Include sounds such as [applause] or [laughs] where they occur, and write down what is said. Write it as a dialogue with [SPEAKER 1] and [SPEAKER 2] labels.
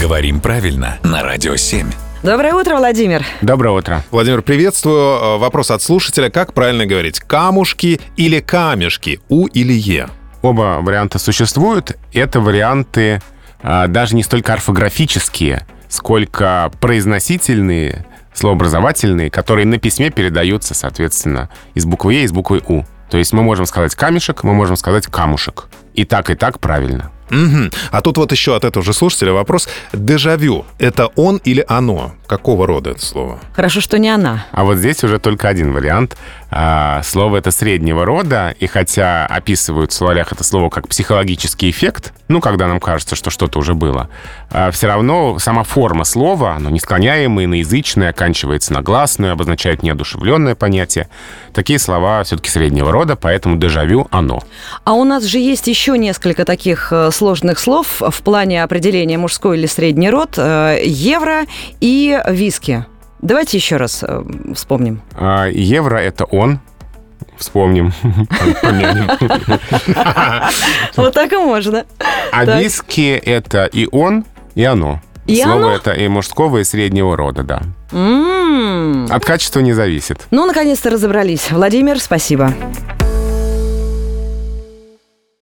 [SPEAKER 1] Говорим правильно на Радио 7.
[SPEAKER 2] Доброе утро, Владимир.
[SPEAKER 3] Доброе утро.
[SPEAKER 4] Владимир, приветствую. Э, Вопрос от слушателя. Как правильно говорить? Камушки или камешки? У или Е?
[SPEAKER 3] Оба варианта существуют. Это варианты а, даже не столько орфографические, сколько произносительные, словообразовательные, которые на письме передаются, соответственно, из буквы Е и из буквы У. То есть мы можем сказать камешек, мы можем сказать камушек. И так, и так правильно.
[SPEAKER 4] Мгм. А тут вот еще от этого же слушателя вопрос. Дежавю. Это он или оно? Какого рода это слово?
[SPEAKER 2] Хорошо, что не она.
[SPEAKER 3] А вот здесь уже только один вариант. А, слово это среднего рода, и хотя описывают в словарях это слово как психологический эффект, ну, когда нам кажется, что что-то уже было, все равно сама форма слова, оно несклоняемое, иноязычное, оканчивается на гласную, обозначает неодушевленное понятие. Такие слова все-таки среднего рода, поэтому дежавю оно.
[SPEAKER 2] А у нас же есть еще несколько таких э, сложных слов в плане определения мужской или средний род. э, Евро и виски. Давайте еще раз э, вспомним.
[SPEAKER 3] А, евро — это он, вспомним, [laughs] помянем.
[SPEAKER 2] Вот так и можно.
[SPEAKER 3] А
[SPEAKER 2] Так.
[SPEAKER 3] виски это и он, и оно.
[SPEAKER 2] И
[SPEAKER 3] Слово
[SPEAKER 2] оно?
[SPEAKER 3] это и мужского, и среднего рода, да.
[SPEAKER 2] М.
[SPEAKER 3] От качества не зависит.
[SPEAKER 2] Ну, наконец-то разобрались. Владимир, спасибо.